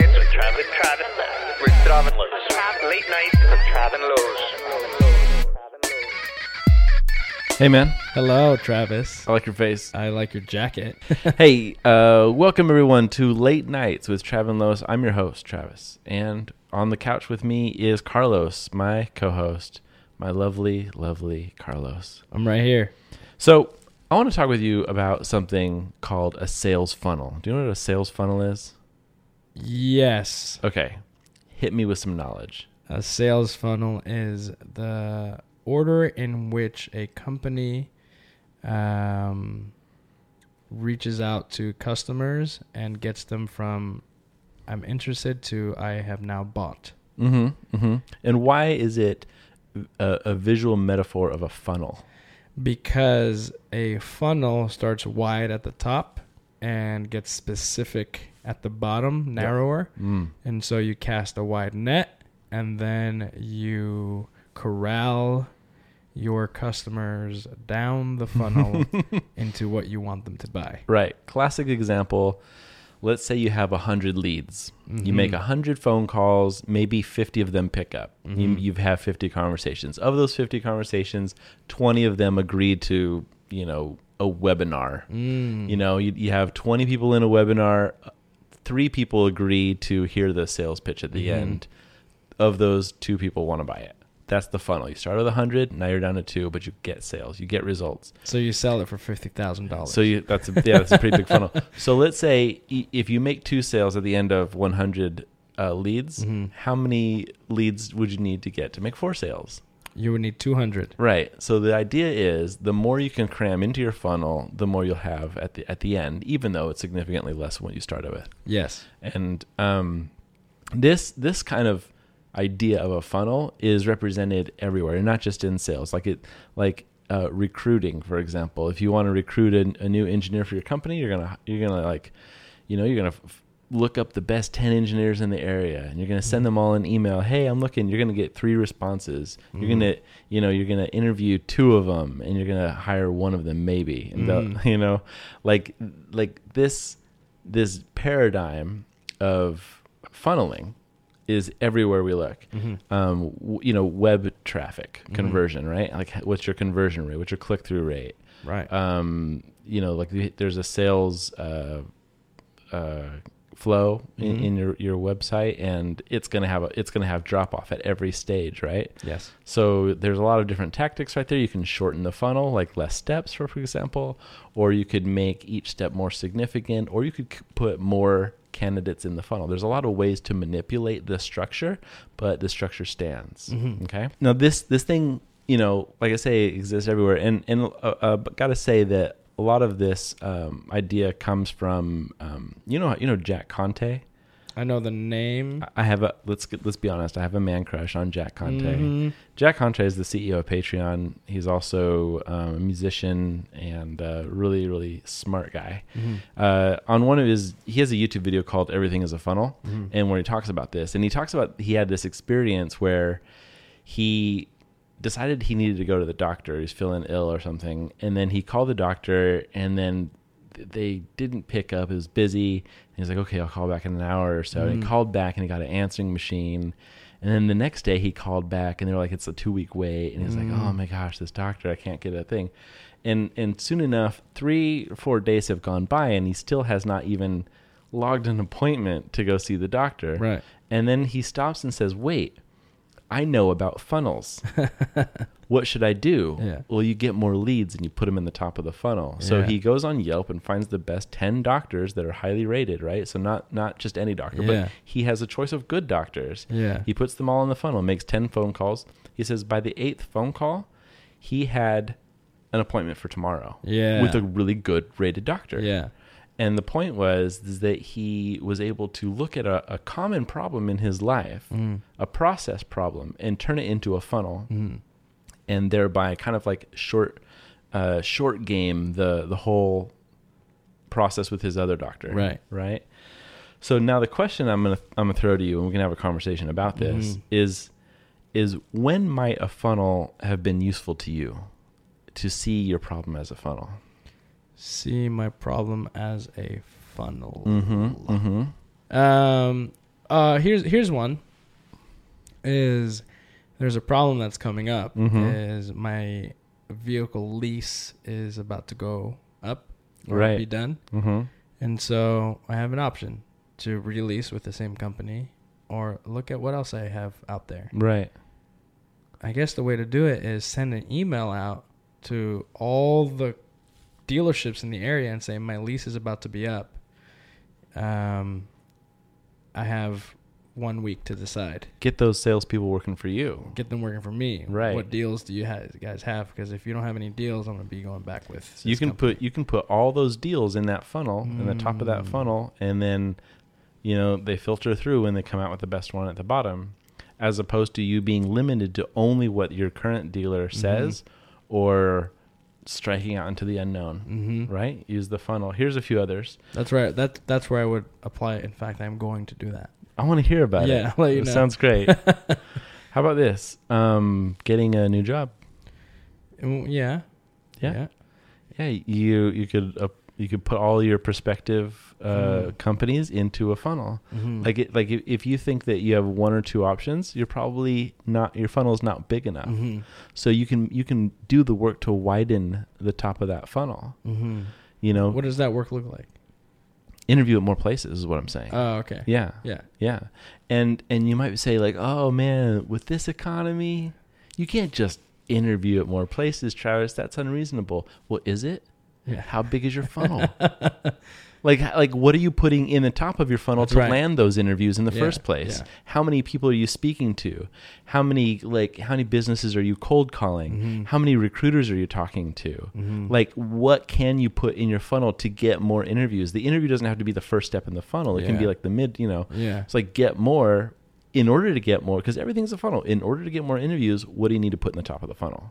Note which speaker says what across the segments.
Speaker 1: with Trav and Lowe's. With Trav and Lowe's. Late night with Trav and Lowe's.
Speaker 2: Hey man,
Speaker 3: Hello, Travis.
Speaker 2: I like your face.
Speaker 3: I like your jacket.
Speaker 2: Hey, uh, welcome everyone to Late Nights with Travin Lois. I'm your host, Travis, and on the couch with me is Carlos, my co-host, my lovely, lovely Carlos.
Speaker 3: I'm right here.
Speaker 2: So I want to talk with you about something called a sales funnel. Do you know what a sales funnel is?
Speaker 3: Yes.
Speaker 2: Okay, hit me with some knowledge.
Speaker 3: A sales funnel is the order in which a company um, reaches out to customers and gets them from I'm interested to I have now bought.
Speaker 2: Mm-hmm. Mm-hmm. And why is it a, a visual metaphor of a funnel?
Speaker 3: Because a funnel starts wide at the top and gets specific at the bottom, narrower.
Speaker 2: Mm.
Speaker 3: And so you cast a wide net and then you corral your customers down the funnel into what you want them to buy.
Speaker 2: Right. Classic example. Let's say you have 100 leads. You make 100 phone calls, maybe 50 of them pick up. You, you have 50 conversations. Of those 50 conversations, 20 of them agreed to, you know, a webinar. You know, you, you have 20 people in a webinar, three people agree to hear the sales pitch at the end. Of those, two people want to buy it. That's the funnel. You start with 100, now you're down to two, but you get sales, you get results.
Speaker 3: So you sell it for $50,000.
Speaker 2: So you, that's a, yeah, that's a pretty big funnel. So let's say i- if you make two sales at the end of 100 uh, leads, how many leads would you need to get to make four sales?
Speaker 3: you would need 200.
Speaker 2: Right. So the idea is the more you can cram into your funnel, the more you'll have at the at the end, even though it's significantly less than what you started with.
Speaker 3: Yes.
Speaker 2: And um, this this kind of idea of a funnel is represented everywhere, and not just in sales. Like it, like uh, recruiting, for example. If you want to recruit a, a new engineer for your company, you're gonna you're gonna like, you know, you're gonna f- look up the best 10 engineers in the area and you're going to send them all an email hey i'm looking you're going to get three responses you're going to you know you're going to interview two of them and you're going to hire one of them maybe and they'll you know like like this this paradigm of funneling is everywhere we look. Um, w- you know, web traffic conversion, right? Like, h- what's your conversion rate? What's your click through rate?
Speaker 3: Right.
Speaker 2: Um, you know, like the, there's a sales uh, uh, flow in, in your, your website, and it's gonna have a, it's gonna have drop off at every stage, right?
Speaker 3: yes.
Speaker 2: So there's a lot of different tactics right there. You can shorten the funnel, like less steps, for example, or you could make each step more significant, or you could c- put more candidates in the funnel. There's a lot of ways to manipulate the structure, but the structure stands. Okay. Mm-hmm. Now this this thing, you know, like I say, exists everywhere, and and uh, uh, but gotta say that a lot of this um, idea comes from um, you know you know Jack Conte.
Speaker 3: I know the name.
Speaker 2: I have a let's get, let's be honest. I have a man crush on Jack Conte. Jack Conte is the CEO of Patreon. He's also um, a musician and a really really smart guy. Uh, on one of his, he has a YouTube video called "Everything Is a Funnel," and where he talks about this, and he talks about he had this experience where he decided he needed to go to the doctor. He's feeling ill or something, and then he called the doctor, and then th- they didn't pick up. It was busy. And he's like, "Okay, I'll call back in an hour or so." And he called back, and he got an answering machine. And then the next day, he called back, and they were like, "It's a two week wait." And he's like, "Oh my gosh, this doctor, I can't get a thing." And and soon enough, three or four days have gone by, and he still has not even logged an appointment to go see the doctor.
Speaker 3: Right.
Speaker 2: And then he stops and says, "Wait." I know about funnels. what should I do?
Speaker 3: Yeah.
Speaker 2: Well, you get more leads and you put them in the top of the funnel. So
Speaker 3: Yeah.
Speaker 2: he goes on Yelp and finds the best 10 doctors that are highly rated, right? So not not just any doctor,
Speaker 3: Yeah.
Speaker 2: but he has a choice of good doctors.
Speaker 3: Yeah.
Speaker 2: He puts them all in the funnel, makes 10 phone calls. He says by the 8th phone call, he had an appointment for tomorrow
Speaker 3: Yeah.
Speaker 2: with a really good rated doctor.
Speaker 3: Yeah.
Speaker 2: And the point was is that he was able to look at a, a common problem in his life, a process problem, and turn it into a funnel, and thereby kind of like short, uh, short game the the whole process with his other doctor.
Speaker 3: Right.
Speaker 2: Right. So now the question I'm gonna I'm gonna throw to you, and we can have a conversation about this is is when might a funnel have been useful to you to see your problem as a funnel? Mm-hmm.
Speaker 3: See my problem as a funnel. Um, uh, here's here's one. Is there's a problem that's coming up? Is my vehicle lease is about to go up or
Speaker 2: Right.
Speaker 3: be done,
Speaker 2: Mm-hmm.
Speaker 3: and so I have an option to release with the same company or look at what else I have out there.
Speaker 2: Right.
Speaker 3: I guess the way to do it is send an email out to all the dealerships in the area and say my lease is about to be up. Um, I have one week to decide.
Speaker 2: Get those salespeople working for you.
Speaker 3: Get them working for me.
Speaker 2: Right.
Speaker 3: What deals do you ha- guys have? Because if you don't have any deals, I'm gonna be going back with.
Speaker 2: So you
Speaker 3: this
Speaker 2: can
Speaker 3: company.
Speaker 2: put you can put all those deals in that funnel in the top of that
Speaker 3: Mm.
Speaker 2: funnel, and then you know they filter through and they come out with the best one at the bottom, as opposed to you being limited to only what your current dealer
Speaker 3: Mm-hmm.
Speaker 2: says, or striking out into the unknown.
Speaker 3: Mhm.
Speaker 2: Right? Use the funnel. Here's a few others.
Speaker 3: That's right. That that's where I would apply. it. In fact, I'm going to do that.
Speaker 2: I want to hear about it.
Speaker 3: Yeah, I'll let you
Speaker 2: It
Speaker 3: know.
Speaker 2: Sounds great. How about this? Um, getting a new job.
Speaker 3: Mm, Yeah.
Speaker 2: Yeah. Yeah, you you could uh, you could put all your prospective uh,
Speaker 3: Mm.
Speaker 2: companies into a funnel.
Speaker 3: Mhm.
Speaker 2: Like it, like if- if you think that you have one or two options, you're probably not your funnel's not big enough.
Speaker 3: Mhm.
Speaker 2: So you can you can do the work to widen the top of that funnel.
Speaker 3: Mhm.
Speaker 2: You know,
Speaker 3: What does that work look like?
Speaker 2: interview at more places is what I'm saying.
Speaker 3: Oh, okay.
Speaker 2: yeah,
Speaker 3: Yeah.
Speaker 2: yeah, and and you might say like, oh man, with this economy, you can't just interview at more places, Travis. That's unreasonable. Well, is it?
Speaker 3: Yeah.
Speaker 2: How big is your funnel? like like what are you putting in the top of your funnel
Speaker 3: That's
Speaker 2: to
Speaker 3: right.
Speaker 2: land those interviews in the
Speaker 3: Yeah,
Speaker 2: first place?
Speaker 3: yeah.
Speaker 2: How many people are you speaking to? How many like how many businesses are you cold calling?
Speaker 3: Mhm.
Speaker 2: How many recruiters are you talking to?
Speaker 3: Mhm.
Speaker 2: Like what can you put in your funnel to get more interviews? The interview doesn't have to be the first step in the funnel. It can
Speaker 3: Yeah.
Speaker 2: be like the mid, you know.
Speaker 3: Yeah.
Speaker 2: It's like get more in order to get more because everything's a funnel. In order to get more interviews, what do you need to put in the top of the funnel?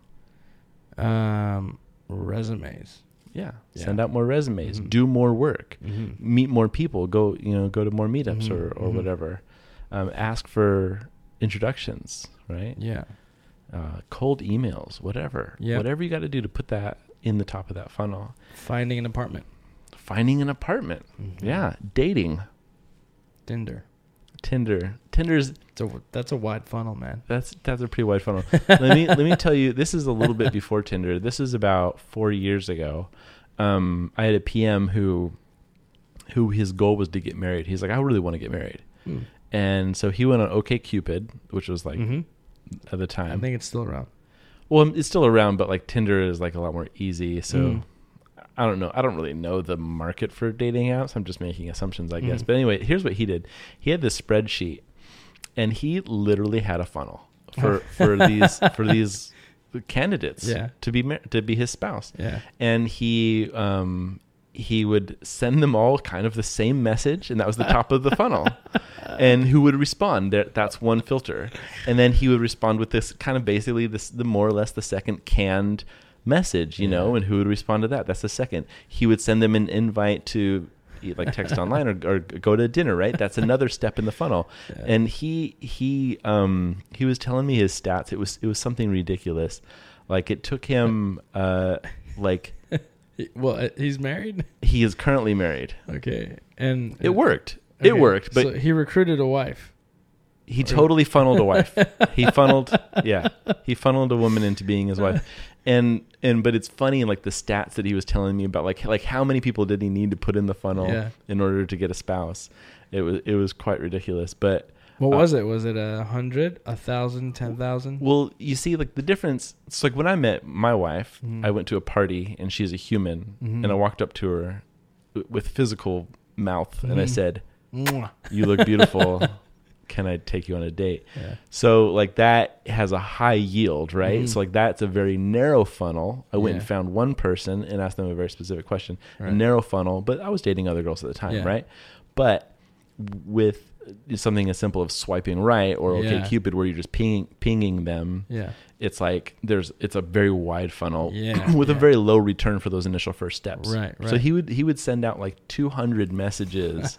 Speaker 3: Um, resumes.
Speaker 2: Yeah.
Speaker 3: Yeah.
Speaker 2: Send out more resumes,
Speaker 3: Mhm.
Speaker 2: do more work,
Speaker 3: Mhm.
Speaker 2: meet more people, go, you know, go to more meetups
Speaker 3: Mhm,
Speaker 2: or, or
Speaker 3: mhm.
Speaker 2: whatever. Um, ask for introductions, right?
Speaker 3: Yeah.
Speaker 2: Uh, cold emails, whatever.
Speaker 3: Yeah.
Speaker 2: Whatever you got to do to put that in the top of that funnel.
Speaker 3: Finding an apartment.
Speaker 2: Finding an apartment.
Speaker 3: Mhm.
Speaker 2: Yeah. Dating.
Speaker 3: Tinder.
Speaker 2: Tinder. Tinder's
Speaker 3: So that's a wide funnel, man.
Speaker 2: that's that's a pretty wide funnel. let me let me tell you, this is a little bit before Tinder. This is about four years ago. Um, I had a PM who who his goal was to get married. He's like, I really want to get married,
Speaker 3: Mm.
Speaker 2: and so he went on OKCupid, which was like
Speaker 3: Mhm.
Speaker 2: at the
Speaker 3: I
Speaker 2: time.
Speaker 3: think it's still around.
Speaker 2: well, um, it's still around, but like Tinder is like a lot more easy. So
Speaker 3: Mm.
Speaker 2: I don't know. I don't really know the market for dating apps. I'm just making assumptions, I guess.
Speaker 3: Mhm.
Speaker 2: But anyway, here's what he did. He had this spreadsheet, and he literally had a funnel for for these for these candidates
Speaker 3: Yeah.
Speaker 2: to be mar- to be his spouse.
Speaker 3: Yeah.
Speaker 2: And he um he would send them all kind of the same message, and that was the top of the funnel. And who would respond? There, that's one filter. And then he would respond with this kind of basically this the more or less the second canned message, you know. And who would respond to that? That's the second. He would send them an invite to eat, like text online or, or go to dinner, right? That's another step in the funnel. And he he um he was telling me his stats. It was it was something ridiculous. Like it took him uh like
Speaker 3: He- Well, uh, he's married.
Speaker 2: he is currently married.
Speaker 3: Okay. And uh,
Speaker 2: It worked. It
Speaker 3: okay,
Speaker 2: worked, but
Speaker 3: so he recruited a wife.
Speaker 2: he totally funneled a wife. he funneled, yeah, he funneled a woman into being his wife. And and but it's funny, like the stats that he was telling me about, like like how many people did he need to put in the funnel
Speaker 3: Yeah.
Speaker 2: in order to get a spouse? It was it was quite ridiculous. But
Speaker 3: What
Speaker 2: Uh,
Speaker 3: was it? Was it a hundred, a thousand, ten thousand?
Speaker 2: Well, you see, like the difference. It's like when I met my wife,
Speaker 3: Mhm.
Speaker 2: I went to a party and she's a human,
Speaker 3: Mhm.
Speaker 2: and I walked up to her w- with physical mouth and I
Speaker 3: Mhm.
Speaker 2: said,
Speaker 3: Mwah.
Speaker 2: "You look beautiful. Can I take you on a date?"
Speaker 3: Yeah.
Speaker 2: So like that has a high yield, right?
Speaker 3: Mhm.
Speaker 2: So like that's a very narrow funnel. I went and
Speaker 3: Yeah.
Speaker 2: found one person and asked them a very specific question. A
Speaker 3: Right.
Speaker 2: narrow funnel, but I was dating other girls at the time,
Speaker 3: Yeah.
Speaker 2: right? But with something as simple as swiping right or
Speaker 3: Yeah.
Speaker 2: okay cupid where you're just pinging pinging them
Speaker 3: Yeah.
Speaker 2: it's like there's it's a very wide funnel
Speaker 3: Yeah,
Speaker 2: with a
Speaker 3: yeah.
Speaker 2: very low return for those initial first steps.
Speaker 3: Right,
Speaker 2: So
Speaker 3: right.
Speaker 2: he would he would send out like 200 messages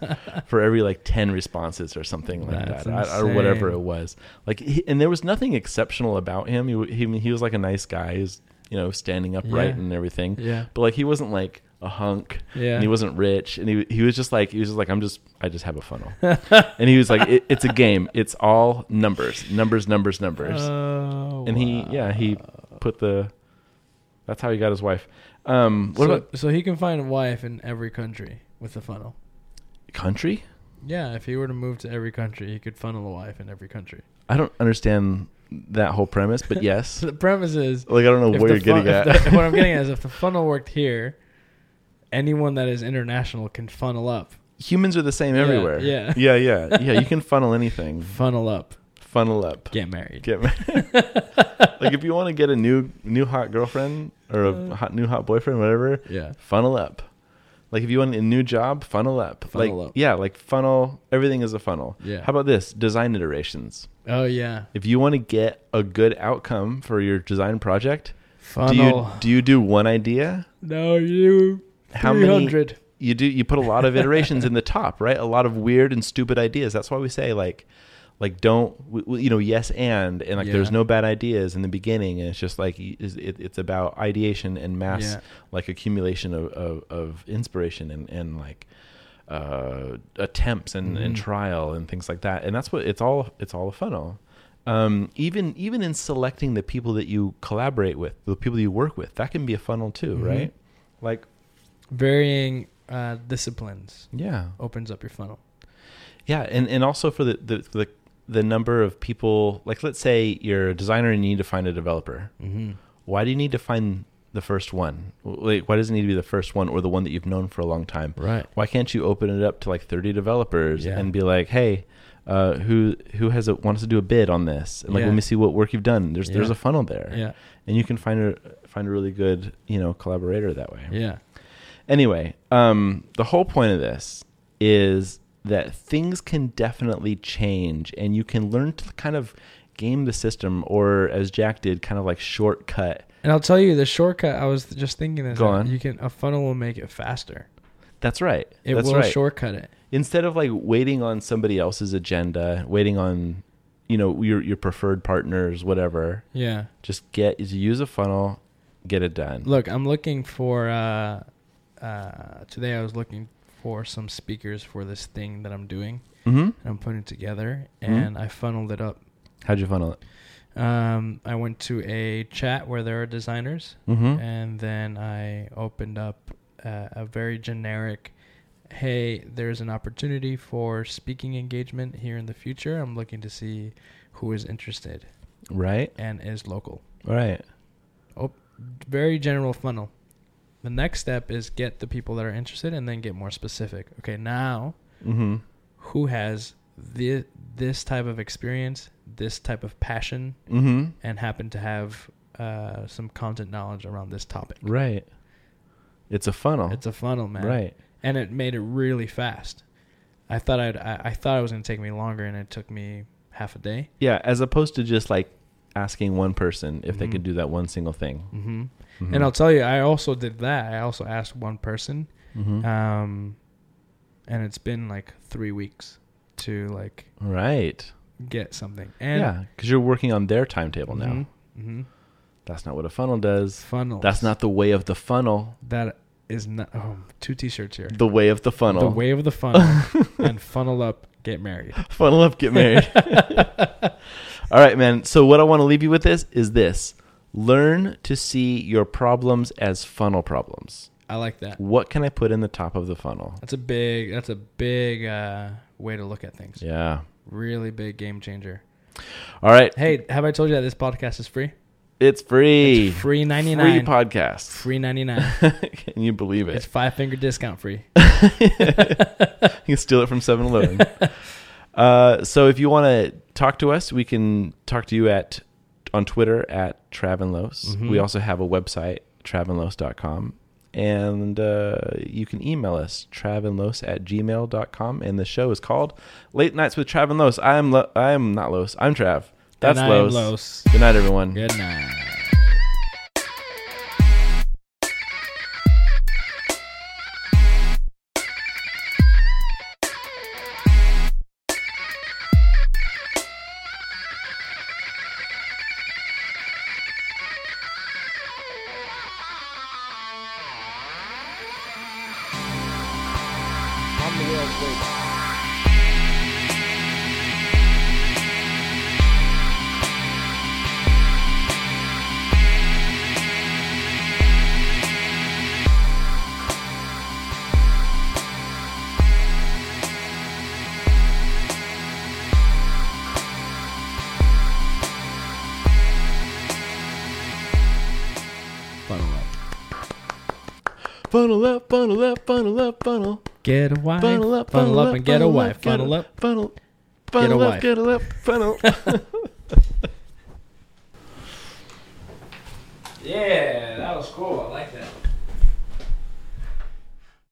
Speaker 2: for every like 10 responses or something like
Speaker 3: That's
Speaker 2: that I- or whatever it
Speaker 3: insane.
Speaker 2: was. Like he, and there was nothing exceptional about him. He w- he, he was like a nice guy. He's you know standing upright
Speaker 3: Yeah.
Speaker 2: and everything.
Speaker 3: Yeah.
Speaker 2: But like he wasn't like a hunk.
Speaker 3: Yeah.
Speaker 2: And he wasn't rich, and he he was just like he was just like I'm just I just have a funnel, and he was like it, it's a game. It's all numbers, numbers, numbers, numbers.
Speaker 3: Oh,
Speaker 2: and he yeah he put the. That's how he got his wife. Um, what
Speaker 3: so,
Speaker 2: about
Speaker 3: so he can find a wife in every country with a funnel.
Speaker 2: country?
Speaker 3: Yeah, if he were to move to every country, he could funnel a wife in every country.
Speaker 2: I don't understand that whole premise, but yes.
Speaker 3: So the premise is
Speaker 2: like I don't know
Speaker 3: if
Speaker 2: where
Speaker 3: the
Speaker 2: you're getting at.
Speaker 3: fun- if the- what I'm getting at is if the funnel worked here, anyone that is international can funnel up.
Speaker 2: humans are the same
Speaker 3: Yeah,
Speaker 2: everywhere.
Speaker 3: yeah.
Speaker 2: yeah, yeah, yeah. You can funnel anything.
Speaker 3: Funnel up.
Speaker 2: Funnel up.
Speaker 3: Get married.
Speaker 2: Get married. like if you want to get a new new hot girlfriend or a hot new hot boyfriend, whatever.
Speaker 3: Yeah.
Speaker 2: Funnel up. Like if you want a new job, funnel up.
Speaker 3: Funnel
Speaker 2: like
Speaker 3: up.
Speaker 2: yeah, like funnel. Everything is a funnel.
Speaker 3: Yeah.
Speaker 2: How about this design iterations?
Speaker 3: Oh yeah.
Speaker 2: If you want to get a good outcome for your design project, do you
Speaker 3: Funnel.
Speaker 2: do you do one idea?
Speaker 3: no, you.
Speaker 2: How many-
Speaker 3: 300.
Speaker 2: you do you put a lot of iterations in the top right a lot of weird and stupid ideas that's why we say like like don't w- w- you know yes and and like there's
Speaker 3: Yeah.
Speaker 2: no bad ideas in the beginning and it's just like y- is- it, it's about ideation and mass
Speaker 3: Yeah.
Speaker 2: like accumulation of, of, of inspiration and, and like uh, attempts and, and
Speaker 3: Mm-hmm.
Speaker 2: trial and things like that and that's what it's all it's all a funnel um, even even in selecting the people that you collaborate with the people you work with that can be a funnel too
Speaker 3: Mm-hmm.
Speaker 2: right like
Speaker 3: Varying uh, disciplines
Speaker 2: yeah
Speaker 3: opens up your funnel.
Speaker 2: Yeah, and, and also for the, the the the number of people, like let's say you're a designer and you need to find a developer.
Speaker 3: Mm-hmm.
Speaker 2: Why do you need to find the first one? Like, why does it need to be the first one or the one that you've known for a long time?
Speaker 3: Right.
Speaker 2: Why can't you open it up to like 30 developers
Speaker 3: Yeah.
Speaker 2: and be like, hey, uh, who who has a, wants to do a bid on this? And like,
Speaker 3: Yeah.
Speaker 2: let me see what work you've done. There's there's
Speaker 3: Yeah.
Speaker 2: a funnel there,
Speaker 3: Yeah.
Speaker 2: and you can find a find a really good you know collaborator that way.
Speaker 3: Yeah.
Speaker 2: Anyway, um, the whole point of this is that things can definitely change, and you can learn to kind of game the system, or as Jack did, kind of like shortcut.
Speaker 3: And I'll tell you the shortcut. I was just thinking this.
Speaker 2: Go on.
Speaker 3: You can a funnel will make it faster.
Speaker 2: That's right.
Speaker 3: It
Speaker 2: That's
Speaker 3: will
Speaker 2: right.
Speaker 3: shortcut it.
Speaker 2: Instead of like waiting on somebody else's agenda, waiting on you know your your preferred partners, whatever.
Speaker 3: Yeah.
Speaker 2: Just get use a funnel, get it done.
Speaker 3: Look, I'm looking for uh, uh, today. I was looking for some speakers for this thing that I'm doing.
Speaker 2: hmm
Speaker 3: And I'm putting it together,
Speaker 2: Mhm.
Speaker 3: and I funneled it up.
Speaker 2: How'd you funnel it?
Speaker 3: Um, I went to a chat where there are designers,
Speaker 2: Mhm.
Speaker 3: and then I opened up uh, a very generic. Hey, there's an opportunity for speaking engagement here in the future. I'm looking to see who is interested
Speaker 2: Right.
Speaker 3: and is local.
Speaker 2: Right.
Speaker 3: Oh, very general funnel. The next step is get the people that are interested and then get more specific. Okay, now
Speaker 2: Mm-hmm.
Speaker 3: who has this, this type of experience, this type of passion,
Speaker 2: Mm-hmm.
Speaker 3: and happen to have uh, some content knowledge around this topic?
Speaker 2: Right. It's a funnel.
Speaker 3: It's a funnel, man.
Speaker 2: Right.
Speaker 3: And it made it really fast. I thought I'd, I, I thought it was going to take me longer, and it took me half a day.
Speaker 2: Yeah, as opposed to just like asking one person if they
Speaker 3: Mhm.
Speaker 2: could do that one single thing.
Speaker 3: hmm
Speaker 2: Mhm.
Speaker 3: And I'll tell you, I also did that. I also asked one person,
Speaker 2: Mhm.
Speaker 3: um, and it's been like three weeks to like
Speaker 2: right.
Speaker 3: get something.
Speaker 2: Yeah,
Speaker 3: And
Speaker 2: yeah, because you're working on their timetable now.
Speaker 3: hmm
Speaker 2: That's not what a funnel does.
Speaker 3: funnel.
Speaker 2: That's not the way of the funnel.
Speaker 3: That is not. Oh, two t-shirts here.
Speaker 2: The way of the funnel.
Speaker 3: The way of the funnel and funnel up. Get married.
Speaker 2: funnel up, get married. All right, man. So what I want to leave you with is is this: learn to see your problems as funnel problems.
Speaker 3: I like that.
Speaker 2: What can I put in the top of the funnel?
Speaker 3: That's a big. That's a big uh, way to look at things.
Speaker 2: Yeah.
Speaker 3: Really big game changer.
Speaker 2: All right.
Speaker 3: Hey, have I told you that this podcast is free?
Speaker 2: It's free.
Speaker 3: It's free
Speaker 2: Free
Speaker 3: 99.
Speaker 2: podcast.
Speaker 3: Free 99.
Speaker 2: Can you believe it?
Speaker 3: It's five finger discount free.
Speaker 2: you can steal it from 7 Eleven. uh, so if you want to talk to us, we can talk to you at on Twitter at Travenlos.
Speaker 3: Mhm.
Speaker 2: We also have a website, travenlos.com. And uh, you can email us, travenlos at gmail.com. And the show is called Late Nights with Trav and Los. I'm, Lo- I'm not Los. I'm Trav. That's
Speaker 3: And I am
Speaker 2: Los.
Speaker 3: Los.
Speaker 2: Good night, everyone.
Speaker 3: Good night.
Speaker 1: Trav and Lowe's.
Speaker 4: on the world stage.
Speaker 3: Funnel up.
Speaker 2: Funnel up, funnel up, funnel up, funnel.
Speaker 3: Get a wife.
Speaker 2: Funnel up, funnel,
Speaker 3: up and get a
Speaker 2: funnel
Speaker 3: wife.
Speaker 2: get a-
Speaker 3: Funnel up.
Speaker 2: Funnel.
Speaker 3: a
Speaker 2: Funnel up,
Speaker 3: wife.
Speaker 2: get a lip, funnel.
Speaker 3: Yeah, that was cool. I like that.